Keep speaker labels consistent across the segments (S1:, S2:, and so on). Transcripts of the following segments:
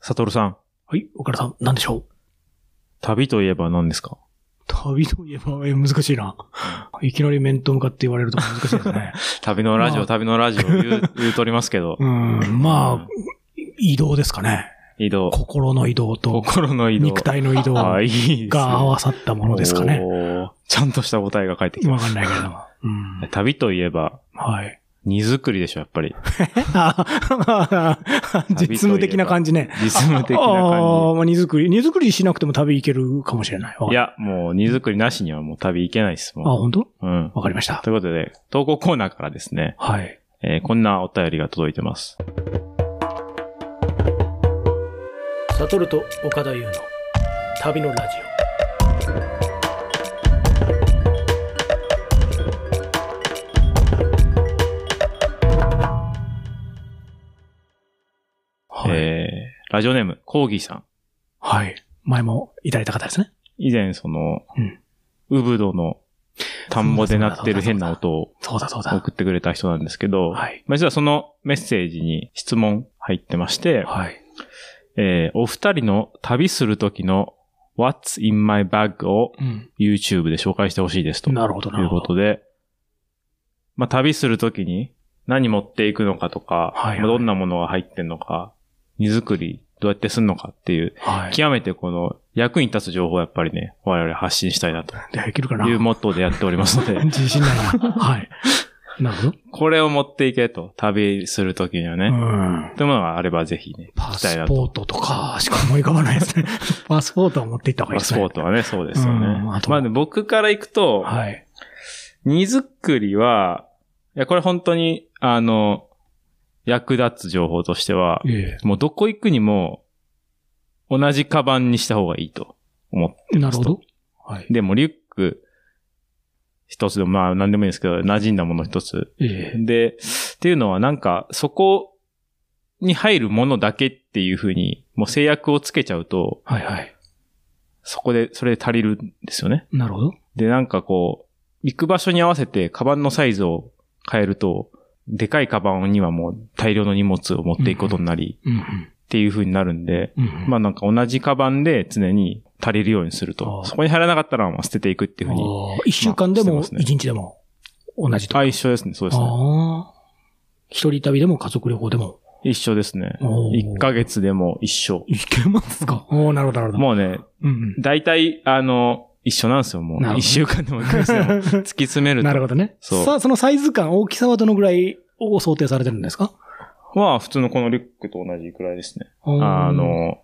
S1: サトルさん、
S2: はい、岡田さん、何でしょう
S1: 旅といえば何ですか
S2: 旅といえば、え、難しいな。いきなり面と向かって言われると難しいで すね。
S1: 旅のラジオ、
S2: まあ
S1: 旅のラジオ言う、 言うとりますけど
S2: う。ん、まあ、移動ですかね。
S1: 移動。
S2: 心の移動と、
S1: 心の移動。
S2: 肉体の移動
S1: あ、
S2: が
S1: いいですね。
S2: 合わさったものですかね。
S1: おー。ちゃんとした答えが返ってきた。
S2: わかんないけれども。うん。
S1: 旅といえば、
S2: はい。
S1: 荷造りでしょ、やっぱり。
S2: あ実務的な感じね。
S1: 実務的な
S2: あ
S1: 感
S2: あ、まあ、荷造り。荷造りしなくても旅行けるかもしれない。
S1: じ。いや、もう荷造りなしにはもう旅行けないです、
S2: あ、
S1: も
S2: 本当？
S1: う。うん。
S2: わかりました。
S1: ということで、投稿コーナーからですね、
S2: はい。
S1: えーこんなお便りが届いてます。
S2: サトルと岡田優の旅のラジオ。はい。
S1: えーラジオネーム、コーギーさん。
S2: はい。前もいただいた方ですね。
S1: 以前、その
S2: うん、
S1: ウブドの田んぼで鳴ってる変な音を
S2: そうだそうだ。
S1: 送ってくれた人なんですけど、
S2: はい。
S1: まあ実はそのメッセージに質問入ってまして、
S2: はい。
S1: えーお二人の旅する時の What's in my bag を
S2: うん。
S1: YouTube で紹介してほしいですと。
S2: なるほど、な
S1: とい
S2: る
S1: う
S2: ほ
S1: こ
S2: ど。
S1: とで、まあ、旅するときに何持っていくのかとか、
S2: はいはい
S1: まあどんなものが入ってんのか、荷造りどうやってすんのかっていう、
S2: はい。
S1: 極めてこの役に立つ情報をやっぱりね、我々発信したいなと
S2: できるかな
S1: いうモットーでやっておりますの で、
S2: 自信ないな。はい。なる ほど。
S1: これを持っていけと、旅するときには
S2: う
S1: ね、
S2: ん。
S1: というものがあればぜひね、
S2: パ
S1: 行きたい
S2: ス
S1: な
S2: ポ
S1: と。
S2: ートとかしか思い浮かばな いですね。パスポートは持っていった方が
S1: パ
S2: いいです
S1: ス
S2: ね。
S1: ポートはね、そうですよね。
S2: うんあと
S1: まあ、ね、僕から行くと、
S2: はい。
S1: 荷造りは、いや、これ本当に、あの、役立つ情報としては、
S2: え
S1: もうどこ行くにも、同じカバンにした方がいいと思って。
S2: え。なるほど。はい。
S1: でもリュック、一つでも、まあ何でもいいんですけど、馴染んだもの一つ。
S2: ええ。
S1: で、っていうのはなんか、そこに入るものだけっていうふうに、もう制約をつけちゃうと、
S2: はいはい。
S1: そこで、それで足りるんですよね。
S2: なるほど。
S1: で、なんかこう、行く場所に合わせて、カバンのサイズを変えると、でかいカバンにはもう大量の荷物を持っていくことになり、
S2: うんうん。
S1: っていう風になるんで、
S2: うんうん。
S1: ま
S2: あ、
S1: あなんか同じカバンで常に足りるようにする
S2: あ
S1: と。
S2: ー
S1: そこに入らなかったらまあ捨てていくっていうふうに。
S2: 一週間で
S1: まあ
S2: も
S1: してますね
S2: 一日でも同じとか。
S1: あ、一緒ですね。そうですね。
S2: ああ。一人旅でも家族旅行でも。
S1: 一緒ですね。
S2: おー
S1: 1ヶ月でも一緒。
S2: いけま すかおおなるほど、なるほど。
S1: もうね、
S2: う、うん
S1: 大体、あの、一緒なんですよ、も
S2: なるほ
S1: う。
S2: ど
S1: 一週間でも1ヶ月 でも突 き詰め
S2: う
S1: る
S2: ん。なるほ
S1: と。
S2: どね。
S1: そう
S2: さあ、そのサイズ感、大きさはどのぐらいを想定されてるんですか
S1: まあ普通のこのリュックと同じくらいですね。あ
S2: あ、
S1: の、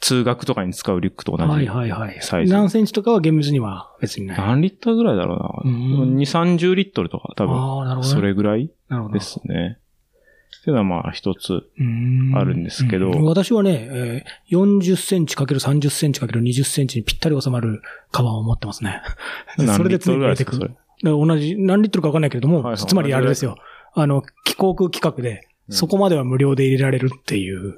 S1: 通学とかに使うリュックと同
S2: は
S1: じ
S2: い。はいはい。
S1: サイズ
S2: 何センチとかは厳密には別にない。
S1: 何リットルぐらいだろうな。
S2: うん
S1: 2、30リットルとか、多分。
S2: ああ、なるほどね。
S1: それぐらい
S2: なるほど。
S1: ですね。っていうのはまあ一つ。
S2: うー
S1: あるんですけど
S2: うん私はね、えー40センチ ×30 センチ ×20 センチにぴったり収まるカバンを持ってますね。 それで常に入れてく
S1: 何リットルぐらいですかそれ
S2: る。だから同じ、何リットルかわかんないけれども、
S1: はいはい
S2: つまりあれですよ。あの、気航空企画で、
S1: うん
S2: そこまでは無料で入れられるっていう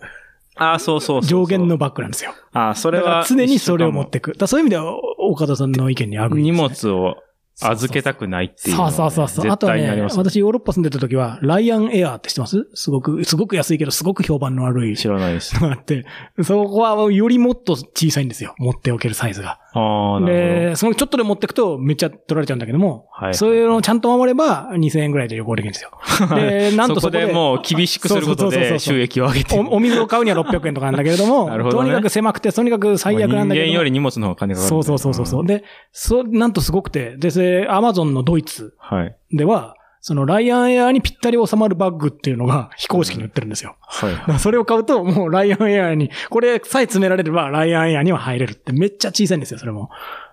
S1: ああ、そうそうそうそう
S2: 上限の。バッグなんですよ。
S1: ああ、それ
S2: だから
S1: は。
S2: 常にそれを持っていく。だからそういう意味では、お岡田さんの意見にあ
S1: 一緒かも。
S2: ぐい
S1: 荷
S2: ですね
S1: 物を預けたくないっていうの
S2: そ
S1: は
S2: う
S1: ね。
S2: そうそうそう。あ
S1: 絶
S2: とは
S1: 対にあり
S2: ね、
S1: ますね。
S2: 私ヨーロッパ住んでた時は、ライアンエアーって知ってますすごく、すごく安いけど、すごく評判の悪い
S1: 知らないです。
S2: のがあって、そこはよりもっと小さいんですよ。持っておけるサイズが。
S1: ああ、なる
S2: で、そのちょっとで持ってくとめっちゃ取られちゃうんだけども、
S1: はいはい
S2: そういうのをちゃんと守れば2000円ぐらいで旅行できるんで すよ。で、
S1: ほ
S2: なん
S1: ど。
S2: と
S1: そ
S2: そ
S1: こ
S2: こで
S1: でもう厳しくすること
S2: そうそうそうそ
S1: で
S2: うそう
S1: 収益を上げてる。
S2: お、お水を買うには600円とかなんだけれども、
S1: なるほど
S2: と
S1: ね
S2: にかく狭くて、とにかく最悪なんだ
S1: 人間
S2: けども
S1: より荷物の方が金がかかる
S2: そ
S1: ん
S2: う
S1: だ。
S2: そうそうそうそう。
S1: ん
S2: で、そう、なんとすごくて、で、それアマゾンのドイツ
S1: はい。
S2: では、そのライアンエアにぴったり収まるバッグっていうのが非公式に売ってるんですよ。
S1: はい
S2: だか。らそれを買うと、もうライアンエアに、これさえ詰められればライアンエアには入れるってめっちゃ小さいんですよ、それも。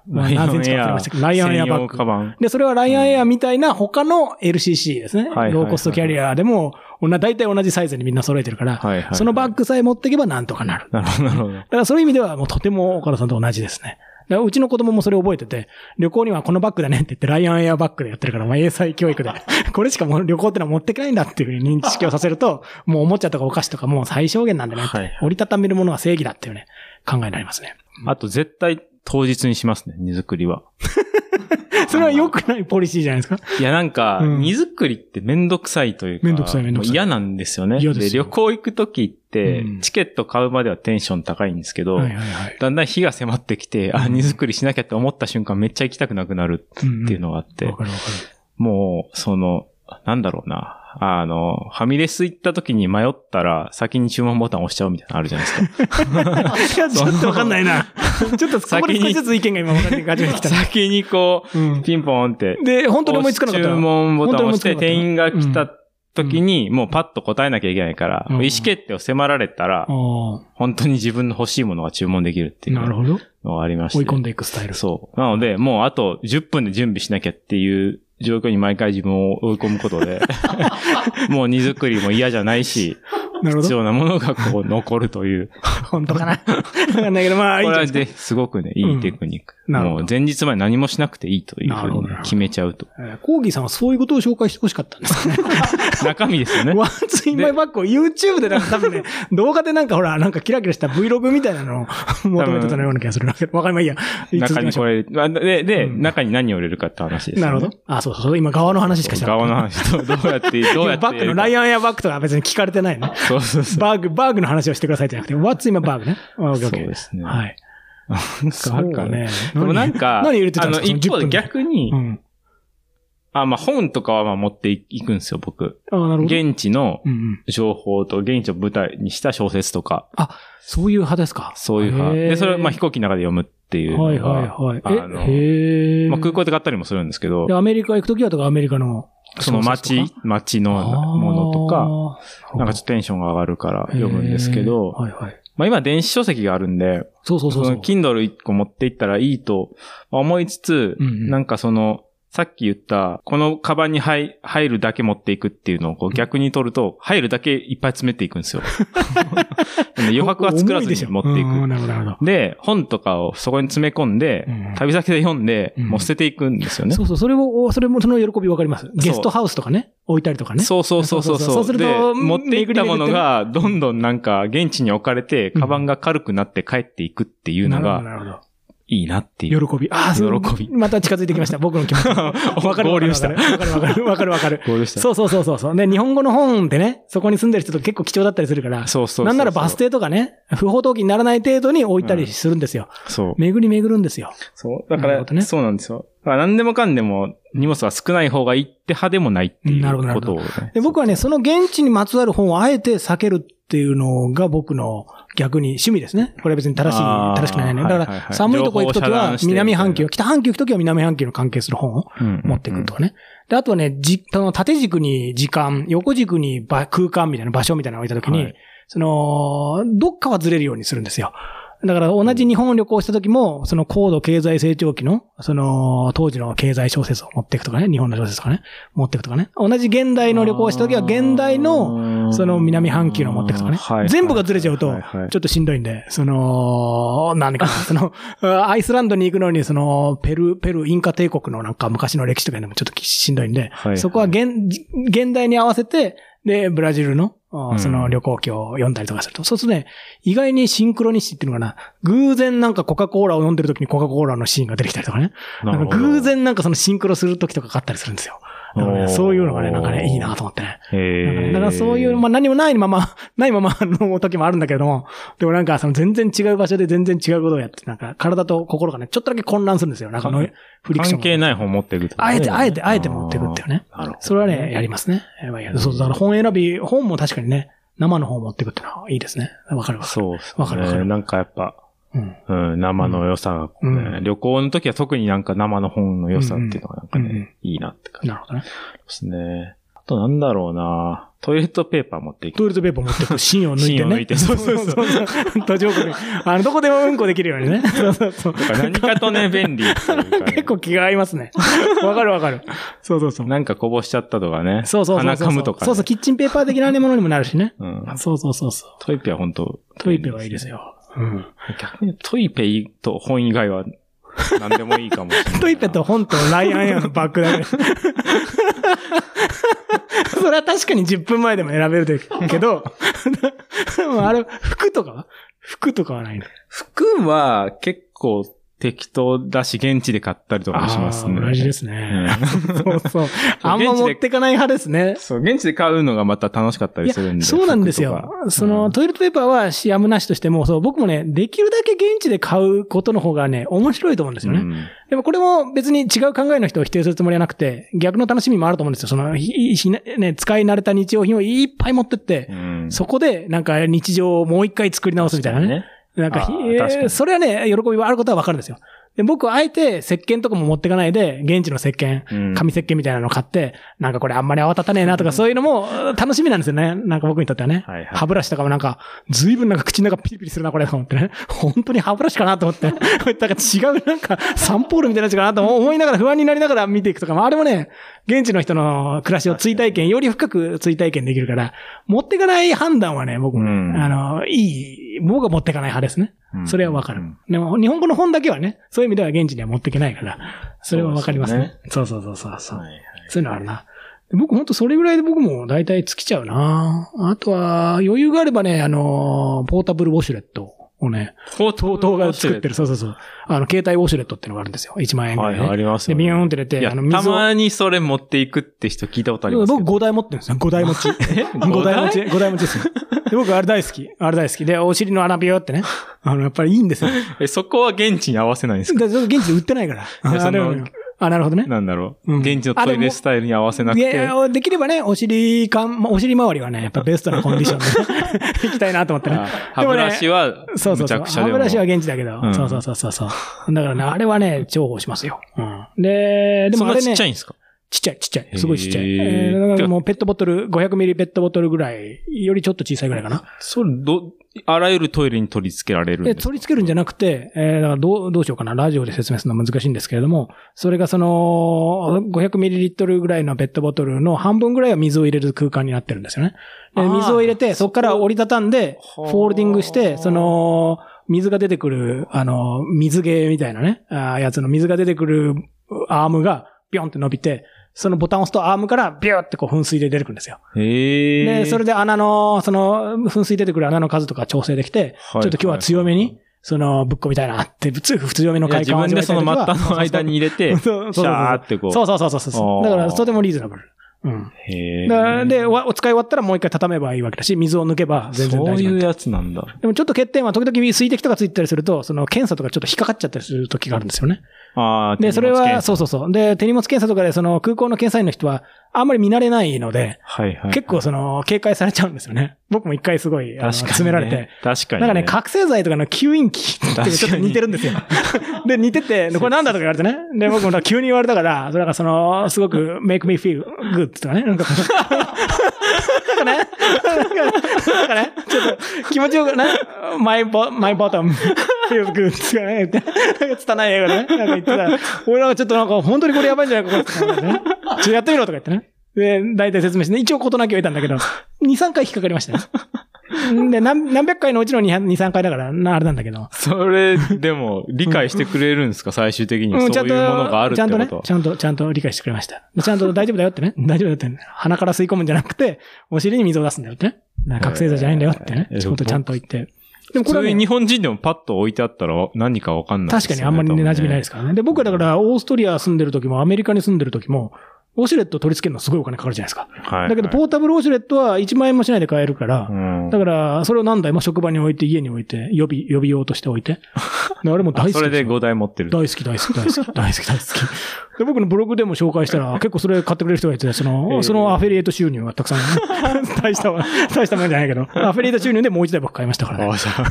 S2: まあ何センチか忘れましたけどライアンエアバッ
S1: 専
S2: グ
S1: 用カバン。
S2: で、それはライアンエアみたいな他の LCC ですね。
S1: いはいはい
S2: ローコストキャリアでも、おな大体同じサイズにみんな揃えてるから、
S1: はいはいはい
S2: そのバッグさえ持っていけばなんとかなる。
S1: なるほど、なるほど。
S2: だからそういう意味ではもうとても岡田さんと同じですね。だからうちの子供もそれ覚えてて、旅行にはこのバッグだねって言って、ライアンエアバッグでやってるから、まあ英才教育で、 これしかもう旅行ってのは持ってけないんだっていうふうに認識をさせると、もうおもちゃとかお菓子とかもう最小限なんだねって、
S1: はい
S2: 折りたためるものは正義だっていうね、考えになりますね。
S1: あと絶対当日にしますね、荷造りは。
S2: それは良くないポリシーじゃないですか。
S1: いや、なんか、
S2: うん
S1: 荷造りってめんどくさいというか。
S2: めんどくさいめんどくさ
S1: もう
S2: い
S1: 嫌なんですよね。
S2: 嫌ですよ
S1: 旅行行くときって、
S2: うん
S1: チケット買うまではテンション高いんですけど、
S2: はいはいはい。
S1: だんだん火が迫ってきて、あ、
S2: うん
S1: 荷造りしなきゃって思った瞬間めっちゃ行きたくなくなる
S2: うん
S1: っていう
S2: の
S1: のがあって、
S2: わかるわか
S1: もう、その、なんだろうな。あの、ファミレス行った時に迷ったら、先に注文ボタン押しちゃうみたいなのあるじゃない ですか。
S2: る。いや、ちょっとわかんないな。ちょっとそこで少しずつ意見が今分かって始め てきた。
S1: 先にこう、
S2: うん
S1: ピンポーンって。
S2: で、本当に思いつかなかった
S1: 注
S2: ら。
S1: 文ボタンを押して、
S2: 本当に
S1: 店員
S2: 思い
S1: が
S2: つかなかった
S1: 来た時に、もうパッと答えなきゃいけないから、
S2: うん
S1: もう意思決定を迫られたら、
S2: あ
S1: 本当に自分の欲しいものが注文できるって
S2: あ、
S1: いう
S2: なる
S1: の
S2: ほど。
S1: がありまして。
S2: 追い込んでいくスタイル。
S1: そう。なので、もうあと10分で準備しなきゃっていう状況に毎回自分を追い込むこと で、もう荷造りも嫌じゃないし、
S2: なるほ
S1: 必
S2: ど。
S1: 要なものがこう残るという。
S2: 本当かな。わかんないけど、まあ、
S1: こ
S2: いい
S1: れ
S2: んじゃな
S1: はいで、
S2: で
S1: すごくね、いいテクニック。
S2: うんなるほ
S1: も
S2: ど
S1: う前日まで何もしなくていいという
S2: な
S1: ふ
S2: る
S1: う
S2: ほど
S1: に決めちゃうと。
S2: すか。えーコーギーさんはそういうことを紹介してほしかったんですかね。
S1: 中身 ですよね。
S2: ワンツインマイバッグを YouTube でなんか多分ね、動画でなんかほら、なんかキラキラした Vlog みたいなのを求めてたような気がするな。わかりまいいや。
S1: 中に
S2: ましょ
S1: これ、あで、で、
S2: うん
S1: 中に何を入れるかって話です、ね。
S2: う。なるほど。あ、そうそうそう。今、側の話しかしてな
S1: 側
S2: い。
S1: の話と、どうや って、どうやって。
S2: バッグのライ
S1: ア
S2: アンやバッグとか別に聞かれてないね。
S1: そうそうそう。
S2: バーグ、バーグの話をしてくださいじゃなくて、What's in my bag ね。あ OK
S1: そう
S2: OK
S1: ですね。
S2: はい。
S1: なんかあ
S2: そう
S1: るか
S2: だ
S1: な。
S2: ね。
S1: でもなんか、
S2: 何入れてたんですか
S1: あの、一方で
S2: その10分で
S1: 逆に、
S2: うん。
S1: あ、まあ、本とかはまあ持っていくんですよ、僕。
S2: あなるほど。
S1: 現地の
S2: うんうん。
S1: 情報と、現地を舞台にした小説とか、
S2: そういう派ですか
S1: そういう派。
S2: へー
S1: で、それをまあ飛行機の中で読むっていうのが。
S2: はいはいはい。え、
S1: あの
S2: へー
S1: まあ、空港で買ったりもするんですけど
S2: で、アメリカ行くときはとかアメリカの。
S1: その街、街のものとか、なんかちょっとテンションが上がるから
S2: と
S1: 読むんですけど、
S2: はいはい。
S1: まあ今電子書籍があるんで、
S2: そうそう
S1: そ
S2: そうそう
S1: の。Kindle 一個持っていったらいいと思いつつ、
S2: うんうん
S1: なんかその、さっき言った、このカバンに入入るだけ持っていくっていうのをこう逆に取ると、入るだけいっぱい詰めていくんで すよ。なんで余白は作らずに持ってい
S2: うん
S1: く。
S2: なるほどなるほ
S1: で、本とかをそこに詰め込んで、
S2: うん
S1: 旅先で読んで、
S2: うん
S1: もう捨てていくんですよ
S2: ど。
S1: ね。
S2: そうそう、それを、それもその喜びわかります。ゲストハウスとかね、置いたりとかね。
S1: そうそうそうそう
S2: そ
S1: そう
S2: す
S1: う。
S2: る
S1: で、
S2: と
S1: 持っていったものが、どんどんなんか、現地に置かれて、
S2: うん
S1: カバンが軽くなって帰っていくっていうの
S2: な
S1: が、
S2: るほどなる
S1: いいなっていう。
S2: ほど。喜び。ああ、そう
S1: 喜び
S2: また近づいてきました。僕の気 持ち。わかる
S1: 合流した
S2: わかるわかるわかる わかる。
S1: こうでした。
S2: そうそうそうそうそう。ね、日本語の本ってね、そこに住んでる人と結構貴重だったりするから、
S1: そうそうそうそう
S2: なんならバス停とかね、 不法投棄にならない程度に置いたりするんですよ。
S1: そう。
S2: 巡り巡るんですよ。
S1: そう。だ
S2: な
S1: か
S2: るほ
S1: ら、
S2: どね
S1: そうなんですよ。だから何でもかんでも荷物は少ない方がいいって派でもないってい
S2: なるほど
S1: う
S2: なる
S1: こ
S2: ほ
S1: と
S2: ど
S1: をね。
S2: で僕はね、その現地にまつわる本をあえて避けるっていうのが僕の逆に趣味ですね。これは別に正しい、
S1: あー
S2: 正しくないね。だ
S1: はい
S2: か
S1: はいはい
S2: ら寒いとこ行くとき
S1: 情報を遮
S2: は
S1: 断して
S2: 南半球、
S1: み
S2: 北半球行くときは南半球の関係する本を
S1: うん
S2: 持ってくるとかね。で、あとはね、じ、その縦軸に時間、横軸にば空間みたいな場所みたいなのを置いたときに、
S1: はい
S2: その、どっかはずれるようにするんですよ。だから同じ日本を旅行した時も、その高度経済成長期の、その当時の経済小説を持っていくとかね、日本の小説とかね、持っていくとかね。同じ現代の旅行をした時は現代の、
S1: の
S2: その南半球の持ってくとかね全部がずれちゃうとちょっとしんどいんで、その、何か、 その、あアイスランドに行くのに、その、ペルー、ペルー、インカ帝国のなんか昔の歴史とかでもちょっとしんどいんで、
S1: はい
S2: そこは現、現代に合わせて、で、ブラジルの、あー
S1: うん
S2: その旅行記を読んだりとかすると。そうするとね、意外にシンクロニシティっていうのかな、偶然なんかコカ・コーラを飲んでる時にコカ・コーラのシーンが出てきたりとかね。なんか偶然なんかそのシンクロする時とかがあったりするんですよ。だからね、そういうのがね、なんかね、いいなと思ってね。なんかね
S1: へ
S2: だからそういう、まあ何もないまま、 ないままの時もあるんだけども、でもなんかその全然違う場所で全然違うことをやって、なんか体と心がね、ちょっとだけ混乱するんですよ。なんかの
S1: 関
S2: フリクション
S1: 関係
S2: が。
S1: ない方持っていくとか
S2: あ
S1: ね
S2: えて、あえて、あえて持ってくっていうね。
S1: あーなるほど
S2: それはね、やりますね。えまあいやそう、だから本選び、本も確かにね、生の本を持ってくっていうのはいいですね。わかるわかる。
S1: そうっすね
S2: わかるわかる
S1: なんかやっぱ、
S2: うん。
S1: うん、生の良さがこうね、
S2: うん
S1: 旅行の時は特になんか生の本の良さっていうのがなんかね、
S2: うんうん
S1: いいなって感じ
S2: なるほどね。
S1: ですね。あとなんだろうなトイレットペーパー持っていく。
S2: トイレットペーパー持って く、芯を抜いて
S1: 芯を
S2: ね。。
S1: 抜いてそうそうそう
S2: 途上国に。あの、どこでもうんこできるようにね。そうそうそう。
S1: 何かとね、便利っていうかね
S2: 結構気が合いますね。わかるわかる。そうそうそう。
S1: なんかこぼしちゃったとかね。
S2: そうそうそうそう。
S1: 鼻かむとか、ね。
S2: そうそう、キッチンペーパー的なものにもなるしね。
S1: うん。
S2: そうそうそうそう。
S1: トイペは本当
S2: トイペはいいです。よ。うん。。
S1: 逆にトイペイと本以外は何でもいいかもしれない
S2: トイペと本とライアンエアのバッグだけ。 それは確かに10分前でも選べるけど、 でもあれ、服とかは服とかはないの。
S1: 服は結構適当だし、現地で買ったりとかもしますね。
S2: あー同じですね。そうそう。あんま持ってかない派ですね。
S1: そう、現地で買うのがまた楽しかったりするんで。
S2: そうなんですよ
S1: 服と。か
S2: その、
S1: うん
S2: トイレットペーパーはしやむなしとしても、そう、僕もね、できるだけ現地で買うことの方がね、面白いと思うんですよね。
S1: うん
S2: でもこれも別に違う考えの人を否定するつもりはなくて、逆の楽しみもあると思うんですよ。その、ひひね、使い慣れた日用品をいっぱい持ってって、
S1: うん
S2: そこでなんか日常をもう一回作り直すみたいなね。。なんかひ
S1: あー確かに
S2: それはね、喜びはあることはわかるんですよ。で僕はあえて石鹸とかも持ってかないで、現地の石鹸、
S1: うん
S2: 紙石鹸みたいなのを買って、なんかこれあんまり泡立たねえなとか、そういうのも楽しみなんですよね。なんか僕にとってはね。
S1: はいはい
S2: 歯ブラシとかもなんか、ずいぶんなんか口の中ピリピリするな、これと思ってね。本当に歯ブラシかなと思って。 こういったなんか違うなんか、サンポールみたいなやつかなと思いながら不安になりながら見ていくとか、まああれもね、現地の人の暮らしを追体験、より深く追体験できるから、持ってかない判断はね、僕もね、
S1: うん
S2: あの、いい、僕は持ってかない派ですね。
S1: うん
S2: それはわかる
S1: うん。
S2: でも、日本語の本だけはね、そういう意味では現地には持っていけないから、それはわかりますね。そうそうそうそうそう、
S1: はいはい
S2: そういうのあるな。僕ほんとそれぐらいで僕も大体尽きちゃうなあとは、余裕があればね、あのー、ポータブルウォシュレットをね、
S1: ほう
S2: 東東が作って
S1: る。
S2: る、そうそうそう。あの、携帯ウォシュレットっていうのがあるんですよ。1万円ぐら
S1: はいい
S2: で、
S1: はい、あります
S2: で、
S1: よ
S2: ビ
S1: ね
S2: ヨーンって出
S1: い
S2: て、
S1: や、
S2: あ
S1: た
S2: の、水を。
S1: まにそれ持っていくって人聞いたことありますけ
S2: 僕
S1: ど。
S2: 5台持ってるんですよ。5台 持 ち。5台持ち、5台持ちですよ。で僕あれ大好き。あれ大好き。で、お尻の穴ビヨーってね。あの、やっぱりいいんですよ。
S1: え、そこは現地に合わせないんですか
S2: だから現地で売ってない から。
S1: いや
S2: あ
S1: その
S2: なるほどあ、なるほどね。
S1: なんだろ
S2: うん
S1: う。現地のトイレスタイルに合わせなく
S2: い
S1: て。
S2: や、できればね、お尻感、まお尻周りはね、やっぱベストなコンディシ ョンで行きたいなと思って
S1: あ
S2: ね。
S1: 歯ブラシは、むち
S2: そうそうそ
S1: ゃ
S2: う。
S1: くちゃで
S2: 歯
S1: も。
S2: ブラシは現地だけど。
S1: うん
S2: そうそうそうそうそう。だからね、あれはね、重宝しますよ。うん。で、で
S1: そ
S2: も
S1: ん
S2: あ
S1: な
S2: れ
S1: ちっち
S2: ね、
S1: ゃ
S2: ちっ
S1: いんですか
S2: ちゃい、ちっちゃい。すごいちっちゃ
S1: へ
S2: い。
S1: ー
S2: えーだからもうペットボトル、500ミリペットボトルぐらい、よりちょっと小さいぐらいかな。
S1: それ、ど、あらゆるトイレに取り付けられるん
S2: え、
S1: ですか
S2: 取り付けるんじゃなくて、えーだからどう、どうしようかな。ラジオで説明するのは難しいんですけれども、それがその、500ml ぐらいのペットボトルの半分ぐらいは水を入れる空間になってるんですよね。で
S1: あー
S2: 水を入れて、そこから折りたたんで、
S1: ほ
S2: フ
S1: う
S2: ォールディングして、その、水が出てくる、あの、水芸みたいなね、あーやつの水が出てくるアームが、ビョンって伸びて、そのボタンを押すとアームからビューってこう噴水で出てくるんですよ。
S1: へえ。
S2: で、それで穴の、その、噴水出てくる穴の数とか調整できて、
S1: はい
S2: ちょっと今日は強めに、その、ぶっこみたいなって、普通、普通めの
S1: いや、
S2: 快
S1: 自
S2: 感を
S1: 分
S2: 味わ
S1: で
S2: いた
S1: そ
S2: い
S1: の
S2: 時
S1: 末
S2: は
S1: 端の間に、入れて、シ
S2: そうそうそうそう
S1: ャーってこう。
S2: そうそうそうそうそうそう。だから、
S1: あー
S2: とてもリーズナブル。うん。
S1: へ
S2: だから
S1: ー
S2: で、わお使い終わったらもう一回畳めばいいわけだし、水を抜けば全然大丈夫
S1: そう
S2: なんで。
S1: いうやつなんだ。
S2: でもちょっと欠点は時々水滴とかついてたりすると、その検査とかちょっと引っかかっちゃったりする時があるんですよね。
S1: ああ、
S2: で、それは、
S1: そう。
S2: そうそうそう。で、手荷物検査とかで、その空港の検査員の人は、あんまり見慣れないので、
S1: はいはい。
S2: 結構その、警戒されちゃうんですよね。僕も一回すごい、あ
S1: 確かに
S2: の
S1: ね。
S2: 詰められて。。
S1: 確かに。
S2: なんかね、覚醒剤とかの吸引器っていうのちょっ
S1: 確
S2: と
S1: かに
S2: 似てる んですよ。で、似てて、でこれなんだとか言われてね。で、僕もなんか急に言われたから、それなんかその、すごく、make me feel good とかね。なんか、 なんかね、なんかね、ちょっと気持ちよくね、my, bo- my bottom feels good とかね、言って、なんか拙い英語でね、なんか言ってたら、俺なんかちょっとなんか本当にこれやばいんじゃないか、これってね。ちょっとやってみろとか言ってね。で、大体説明してね、一応事なきを得たんだけど、2、3回引っかかりましたね。で、何何百回のうちの2、3回だから、なあれなんだけど。
S1: それ、でも、理解してくれるんですか最終的に。そういうものがあるっ
S2: ち
S1: て
S2: ゃんと
S1: こ
S2: ね
S1: と、。
S2: ちゃんと、ちゃんと理解してくれました。でちゃんと大丈夫だよってね。大丈夫だよってね、鼻から吸い込むんじゃなくて、お尻に水を出すんだよってね。なんか覚醒剤じゃないんだよってね
S1: え。ー
S2: ちょっとちゃんと言って。でもこ
S1: 普
S2: れは
S1: 通
S2: ね、
S1: に日本人でもパッと置いてあったら何かわかんないです
S2: 確か
S1: よ
S2: に
S1: ね。
S2: あんまりね、馴染みないですすからね。で、僕はだから、オーストリア住んでる時も、アメリカに住んでる時も、ウォシュレット取り付けるのすごいお金かかるじゃないですか。
S1: はいはい。
S2: だけど、ポータブルウォシュレットは1万円もしないで買えるから
S1: う、ん
S2: だから、それを何台も職場に置いて、家に置いて、予備、予備用として置 いて。であれも大好きす
S1: それで5台持ってる。
S2: 大好き、大好き、大好き、大好き、大好 き。で、僕のブログでも紹介したら、結構それ買ってくれる人がいて、そ
S1: へ
S2: の、
S1: ー
S2: そのアフェリエイト収入はたくさん、 大したわ、大したもんじゃないけど、アフェリエイト収入でもう一台僕買いましたから
S1: あ
S2: ね。
S1: あ、じゃ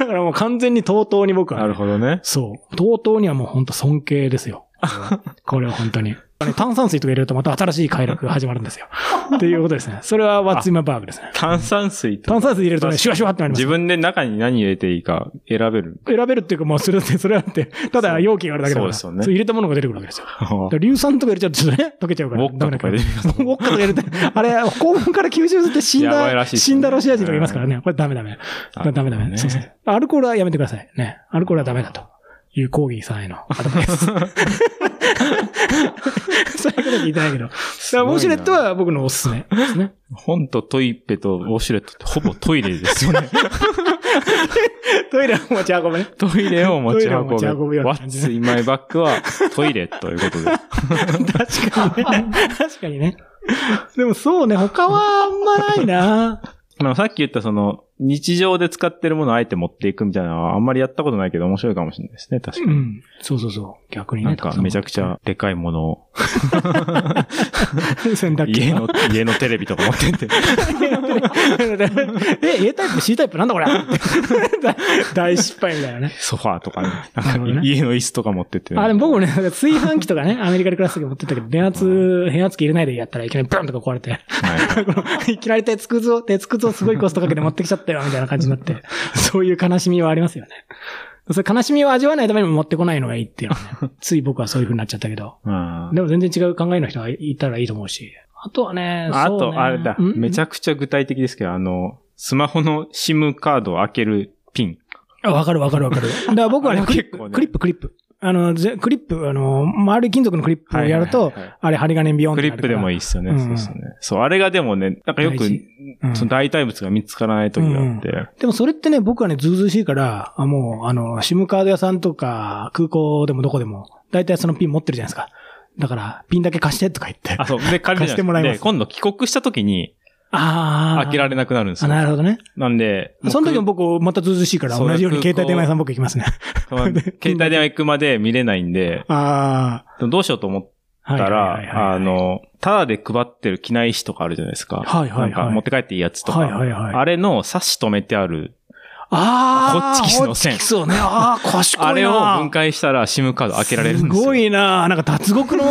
S2: だからもう完全に TOTO に僕
S1: あ。
S2: は
S1: な
S2: ね、
S1: るほどね。
S2: そう。TOTO にはもう本当尊敬ですよ。これは本当に。あの炭酸水とか入れるとまた新しい快楽が始まるんですよ。っていうことですね。それはワッツイマバーグですね。
S1: 炭酸水とか
S2: 炭酸水入れるとね、シュワシュワってなります
S1: 自。分で中に何入れていいか選べる。
S2: 選べるっていうか、もうそれだって、それだって、ただ容器があるだけだから、
S1: そうそうですよね
S2: 入れたものが出てくるわけですよ。だから硫酸とか入れちゃうとちょっとね、溶 けちゃうから。
S1: ウォッカとか入れてみます
S2: ダメだけど ウォッカとか入れて、あれ、高温から吸収して死ん
S1: やばいら
S2: だ、
S1: しいですね
S2: 死んだロシア人とかいますからね。これダメダメ。
S1: あ
S2: ダメダメ。
S1: ね
S2: そうそうアルコールはやめてください。ね。アルコールはダメだと。いう抗議さんへのアドバ イス。そういうこと聞いてないけど。だからウォシュレットは僕のおすすめですね。
S1: 本とトイペとウォシュレットってほぼトイレですよね。
S2: トイレを持ち運ぶね。
S1: トイレを持ち運ぶ。
S2: トイレを持ち運ぶような
S1: What's
S2: 感じね
S1: in my bag はトイレという ことで。
S2: 確かにね。確かにね。でもそうね、他はあんまないな。
S1: まあさっき言ったその、日常で使ってるものをあえて持っていくみたいなのはあんまりやったことないけど面白いかもしれないですね、確か
S2: う
S1: に。
S2: ん。そうそうそう。逆にね。
S1: なんかめちゃくちゃでかいものを、
S2: たくさん。洗濯機
S1: 家の、家のテレビとか持ってって。
S2: え、A タイプ、C タイプなんだこれ 大失敗みたいなね。
S1: ソファーとかね。
S2: な
S1: な
S2: るほど
S1: んか
S2: ね
S1: 家の椅子とか持ってって、
S2: あ、でも僕もね、なんか炊飯器とかね、アメリカで暮らす時持ってったけど、電圧、変圧器入れないでやったらいきなりブンとか壊れて、
S1: はい
S2: このいきなり鉄くずを、鉄くずをすごいコストかけて持ってきちゃったよ、みたいな感じになって、 そういう悲しみはありますよね。それ悲しみを味わわないためにも持ってこないのがいいっていうの はね、つい僕はそういう風になっちゃったけど。
S1: うん
S2: でも全然違う考えの人がいたらいいと思うし。あとはね、
S1: あ
S2: そうね
S1: と、あれだ、めち
S2: ゃ
S1: ゃくちゃ具体的ですけど、あの、スマホの SIM カードを開けるピン。
S2: あわかるわかるわ かる。だから僕は
S1: あ
S2: ね、
S1: れ
S2: クリッ
S1: 結構
S2: プ、
S1: ね
S2: クリップ、クリップ。あの、ぜクリップ、あの、丸い金属のクリップをやる
S1: は
S2: と
S1: いはいはいはい、
S2: あれ、針金ビヨンっ
S1: ク
S2: て
S1: リ
S2: な
S1: ッ
S2: る
S1: プ
S2: から
S1: でもいいっすよね。
S2: うん
S1: そうですよね。そう、あれがでもね、なんかよく
S2: 大事、うん
S1: その代替物が見つからない時があって、
S2: でもそれってね、僕はね、ずうずうしいから、あもう、あの、シムカード屋さんとか、空港でもどこでも、大体そのピン持ってるじゃないですか。だから、ピンだけ貸してとか言って。
S1: あ、そう。で、借りる
S2: 貸
S1: じ
S2: し
S1: ゃ
S2: ても
S1: な
S2: ら
S1: い
S2: い
S1: で
S2: ます
S1: すか。で、今度帰国した時に
S2: あ
S1: 開けられなくなるんです
S2: あ、
S1: よ。
S2: なるほどね。
S1: なんで、
S2: その時も僕、またずうずうしいから、
S1: そう
S2: 同じように
S1: 空港
S2: 携帯電話屋さん僕行き ますね。
S1: 僕携帯電話行くまで見れないんで、
S2: あ
S1: どうしようと思っ
S2: あ、は
S1: た
S2: いはいはいはい。
S1: ら、あの、タダで配ってる機内紙とかあるじゃないですか。
S2: はいはいはい
S1: なんか持って帰っていいやつとか。
S2: はいはいはい。
S1: あれの差し止めてある、
S2: あ
S1: ホッチ
S2: あ、
S1: キスの線
S2: ホッチキスをね、ああ、賢いな。
S1: あれを分解したら SIM カード開けられるんですよ。
S2: ごいななんか脱 獄の、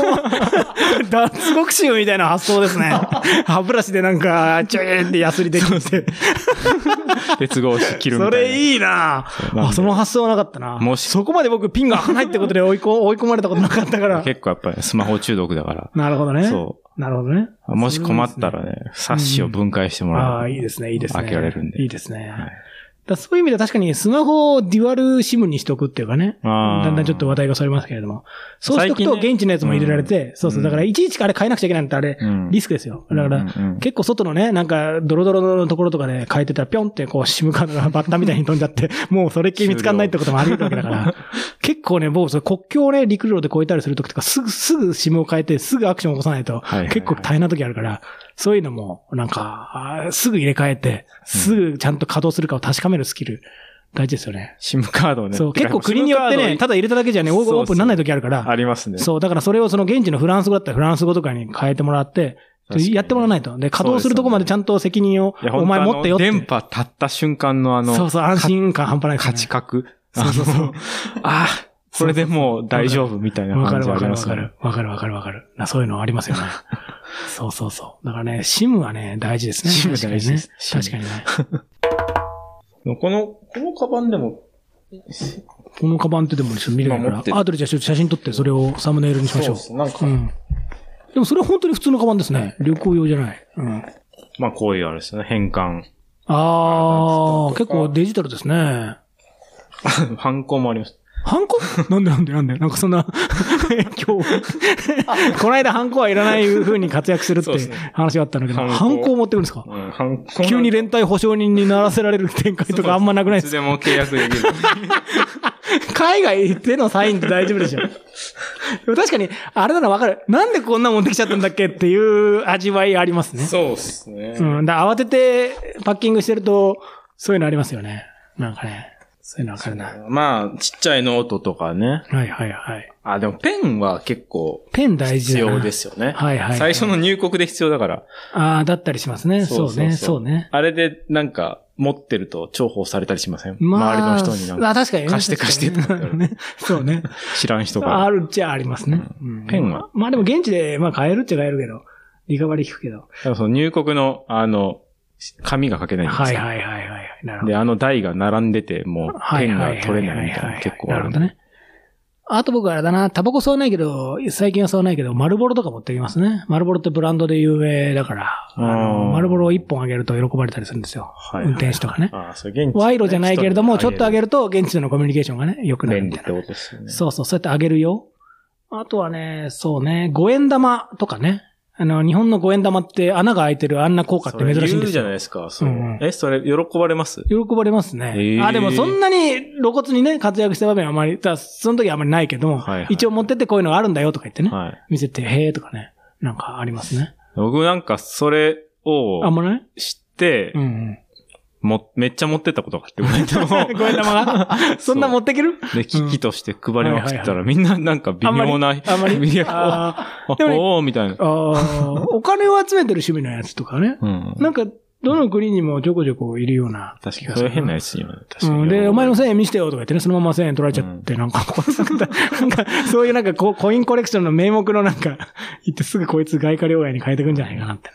S2: 脱獄集みたいな発想ですね。歯ブラシでなんか、チューってヤスリできて。
S1: 鉄格子切るみた
S2: そ
S1: いな。
S2: れいいな
S1: うなん
S2: あ、
S1: で
S2: その発想はなかったな。
S1: もし
S2: そこまで僕ピンが開かないってことで追いこ 追い込まれたことなかったから。
S1: 結構やっぱりスマホ中毒だから。
S2: なるほどね。
S1: そ
S2: なるほどね。
S1: う。もし困ったらね、サッシを分解してもらう。
S2: ああ、いいですね、いいですね。
S1: 開けられるんで
S2: いいですね。
S1: はい
S2: だそういう意味では確かにスマホをデュアルシムにしとくっていうかね。
S1: あー
S2: だんだんちょっと話題がそれますけれども。そうしとくと
S1: 最近ね
S2: 現地のやつも入れられて、そうそう。だからいちいちあれ変えなくちゃいけないのってあれ、
S1: うん
S2: リスクですよ。だから、
S1: うんうんうん
S2: 結構外のね、なんかドロドロのところとかで変えてたらピョンってこうシムカードがバッタみたいに飛んじゃって、 もうそれっきり見つかんないってこともあり得るわけだから。 結構ね、僕それ国境をね、陸路で越えたりするときとか、すぐ、すぐシムを変えて、すぐアクションを起こさないと、
S1: はいはいはい
S2: 結構大変な時あるから、そういうのも、なんか、あーすぐ入れ替えて、すぐちゃんと稼働するかを確かめるスキル、大事ですよね。
S1: SIM カードをね。
S2: そう、
S1: てか
S2: 結構国によってね、
S1: SIM カ
S2: た
S1: ー
S2: だ入れただけじゃね、オー
S1: そうそう
S2: オープンにならない時あるから
S1: ド、ありますね。
S2: そう、だからそれをその現地のフランス語だったらフランス語とかに変えてもらって、
S1: 確かに
S2: やってもらわないと。で、稼働するとこまでちゃんと責任を
S1: いや
S2: お前持ってよって。
S1: 本当あの電波立った瞬間のあの、
S2: そうそう、安心感半端ないですね
S1: 価値覚
S2: そうそ うそう。
S1: ああ、これでもう大丈夫みたいな
S2: わか
S1: 感
S2: る
S1: じあ
S2: わ
S1: り
S2: かる
S1: ま
S2: わ
S1: す
S2: か
S1: ね
S2: る。。わかるわかるわかる。なそういうのありますよね。 そうそうそう。だからね、シムはね、大事ですね。
S1: シム大事です
S2: 確かにね。確かにね。
S1: この、このカバンでも、
S2: このカバンってでもちょっと見れないか
S1: まあ持
S2: ら
S1: って、る
S2: 後でじゃあちょっと写真撮ってそれをサムネイルにしましょう。
S1: そうです
S2: う。
S1: なん
S2: でもそれは本当に普通のカバンですね。旅行用じゃない。うん。
S1: まあこういうあれですよね、変換。
S2: あー、結構デジタルですね。
S1: 犯行もあります。
S2: ハンコ なんでなんでなんでなんかそんな、 今日、この間ハンコはいらない風に活躍するって
S1: そうですね
S2: 話があったんだけど、
S1: ハンコ
S2: ハンコを持ってくるんですか
S1: うん、犯行
S2: 急に連帯保証人にならせられる展開とかあんまなくない で
S1: い
S2: す
S1: つでも契約できる。
S2: 海外でのサインって大丈夫 でしょ。でも確かに、あれならわかる。なんでこんなもんできちゃったんだっけっていう味わいありますね。
S1: そうっすね。
S2: うん。だから慌ててパッキングしてると、そういうのありますよね。なんかね。そういうのわかるな。
S1: まあ、ちっちゃいノートとかね。
S2: はいはいはい。
S1: あ、でもペンは結構
S2: ペン大事
S1: 必
S2: だな
S1: 要ですよね。
S2: はいはいはい
S1: 最初の入国で必要だから。
S2: ああ、だったりしますね。そうね、そうね。
S1: あれでなんか持ってると重宝されたりしません、
S2: まあ、
S1: 周りの人になんか
S2: あ確かにね
S1: 貸して貸してってなる
S2: ね。 そ うね。
S1: 知らん人が。
S2: あるっちゃありますね。うん
S1: ペンは
S2: まあでも現地で、まあ買えるっちゃ買えるけど、リカバリー効くけど。
S1: だからその入国の、あの、紙が書けないんですか。
S2: はいはいはいはい。なるほど
S1: で、。あの台が並んでて、もう
S2: は
S1: ペ
S2: い
S1: ン
S2: は
S1: が
S2: いはい
S1: 取れないみたいな結構あ
S2: な
S1: る
S2: る
S1: んで
S2: ほどね。あと僕あれだな、タバコ吸わないけど、最近は吸わないけど、丸ボロとか持ってきますね。丸ボロってブランドで有名だから、あ
S1: あ
S2: の
S1: ー
S2: 丸ボロを1本あげると喜ばれたりするんですよ。
S1: はいはい
S2: 運転手とかね。
S1: ああ、それ現地、
S2: 賄賂じゃないけれども、ちょっとあげ
S1: る。
S2: ると現地でのコミュニケーションがね、良くなる
S1: 便
S2: み
S1: 利
S2: たい
S1: っ
S2: な
S1: て。ことですよね。
S2: そうそう、そうやってあげるよ。あとはね、そうね、五円玉とかね。あの、日本の五円玉って穴が開いてるあんな効果って珍しいん
S1: 言う
S2: です
S1: じゃ
S2: よ
S1: ないですか。そう
S2: うんうん
S1: え、それ、喜ばれます
S2: 喜ばれますね。
S1: へー
S2: あ、でもそんなに露骨にね、活躍した場面はあまり、ただその時はあまりないけども、
S1: はいはい
S2: 一応持ってってこういうのがあるんだよとか言ってね、
S1: はい。
S2: 見せて、へーとかね、なんかありますね。
S1: 僕なんか、それ
S2: あん
S1: を
S2: まない
S1: 知って
S2: うん、うん。
S1: も、めっちゃ持ってったことがあって、5円玉を
S2: 五円玉が そんな持ってける
S1: で、機器として配りまくったら、みんななんか微
S2: あんまり
S1: 妙な、
S2: あんま り。
S1: 微妙な
S2: あ
S1: お
S2: でも
S1: おーみたいな
S2: ー。あー、お金を集めてる趣味のやつとかね。
S1: うん。
S2: なんか、どの国にもちょこちょこいるような。
S1: 確かに、そういう変なやつにも、確か
S2: う
S1: に。
S2: ん、で、お前の1000円見せてよとか言ってね、そのまま1000円取られちゃって、なんか、こうなんか、そういうなんかこうコインコレクションの名目のなんか、言ってすぐこいつ外貨領外に変えてくんじゃないかなってね。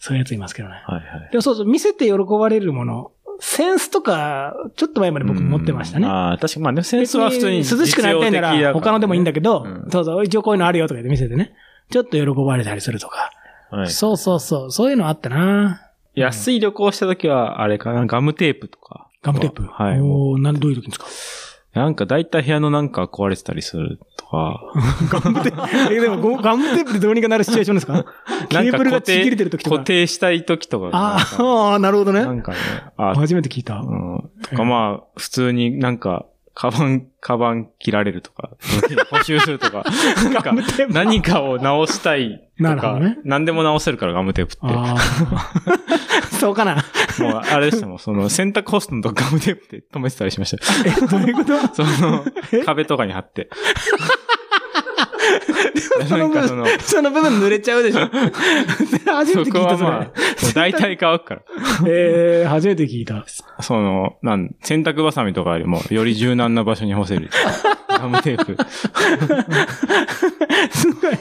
S2: そういうやついますけどね。
S1: はいはい。
S2: でもそうそう、見せて喜ばれるもの、センスとか、ちょっと前まで僕持ってましたね。
S1: うんああ、確かに、まあ、でもセンスは普通に。
S2: 涼しくなりたいなら、他のでもいいんだけど、
S1: うん
S2: そうそう、一応こういうのあるよとか言って見せてね。ちょっと喜ばれたりするとか。
S1: ど。はい。
S2: そうそうそう、そういうのあったな
S1: 安い旅行した時は、あれかな、ガムテープとか。
S2: ガムテープ。
S1: はい。
S2: おーなんでどういう時ですか
S1: なんか大体部屋のなんか壊れてたりするとか、
S2: ガムテープ。え、でもゴガムテープでどうにか なるシチュエーションですかケ
S1: なん
S2: ー
S1: か
S2: ブルが
S1: 固
S2: ちぎれ
S1: 定、
S2: てる時と
S1: 固
S2: か。
S1: 定したい時とかなん
S2: あ
S1: か。
S2: あ、 なるほど
S1: な
S2: ね。
S1: んかね、あ、
S2: 初めて聞いた。
S1: うん。とかまあ、普通になんか、カバン、カバン切られるとか、 補修するとか、なん
S2: ガ
S1: か
S2: ム、テープ。
S1: 何かを直したいと
S2: なるほど
S1: か、
S2: ね
S1: 何でも直せるからガムテープって。
S2: あー そうかな。
S1: もう、あれでしたもん、その、洗濯ホストのとこガムテープで止めてたりしましたよ。
S2: え、どういうこと
S1: その
S2: え、
S1: 壁とかに貼って。
S2: そ
S1: な
S2: の
S1: ん
S2: 部
S1: かその、
S2: 分、その部分濡れちゃうでし ょ。初め
S1: そ
S2: て
S1: こ
S2: 聞い
S1: は
S2: たそれ。
S1: まあ、もう大体乾くから。
S2: えー、初めて聞いた。
S1: その、なん、洗濯バサミとかよりも、より柔軟な場所に干せ る。ガムテープ。
S2: すごい。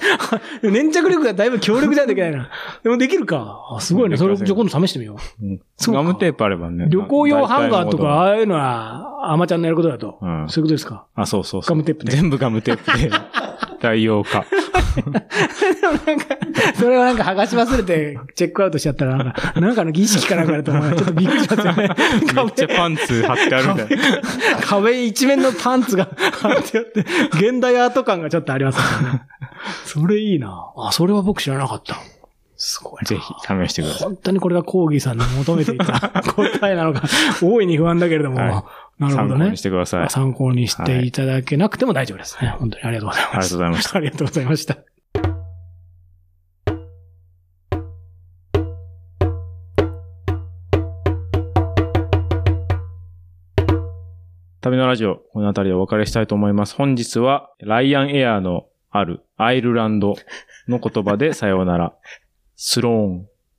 S2: 粘着力がだいぶ強力じゃないといけないな。でもできるか。あすごいね。それ、じゃあ今度試してみよう。
S1: うん
S2: そうか
S1: ガムテープあればね。
S2: 旅行用ハンガーとか、あ
S1: 大体のこ
S2: あいうのは、アマちゃんのやることだと。
S1: うん
S2: そういうことですか。
S1: と。あ、そうそうそう。
S2: ガムテープで
S1: 全部ガムテープで、代用か。
S2: それをなんか剥がし忘れて、チェックアウトしちゃったら、なんか、なんかの儀式かなんかだと思う。ちょっとびっくりしますよね。
S1: めっちゃ
S2: 壁
S1: パンツ貼ってあるみたいな。
S2: 壁一面のパンツが 貼ってあって、現代アート感がちょっとありますよね。それいいな。あ、それは僕知らなかった。すごいな
S1: ぜひ、試してください。
S2: 本当にこれがコーギーさんの求めていた 答えなのか、大いに不安だけれども、
S1: はい
S2: なるほ
S1: 参
S2: ど
S1: 考
S2: ね
S1: にし。てください。あ
S2: あ
S1: り
S2: 参考にしていただけなくても大丈夫ですね。本当にありがとうござい
S1: が
S2: ま
S1: とう
S2: す
S1: ご。ざいました。
S2: ありがとうございました。
S1: 旅のラジオ、この辺りでお別れしたいと思います。本日は、ライアンエアーのあるアイルランドの言葉でさようなら。スローン。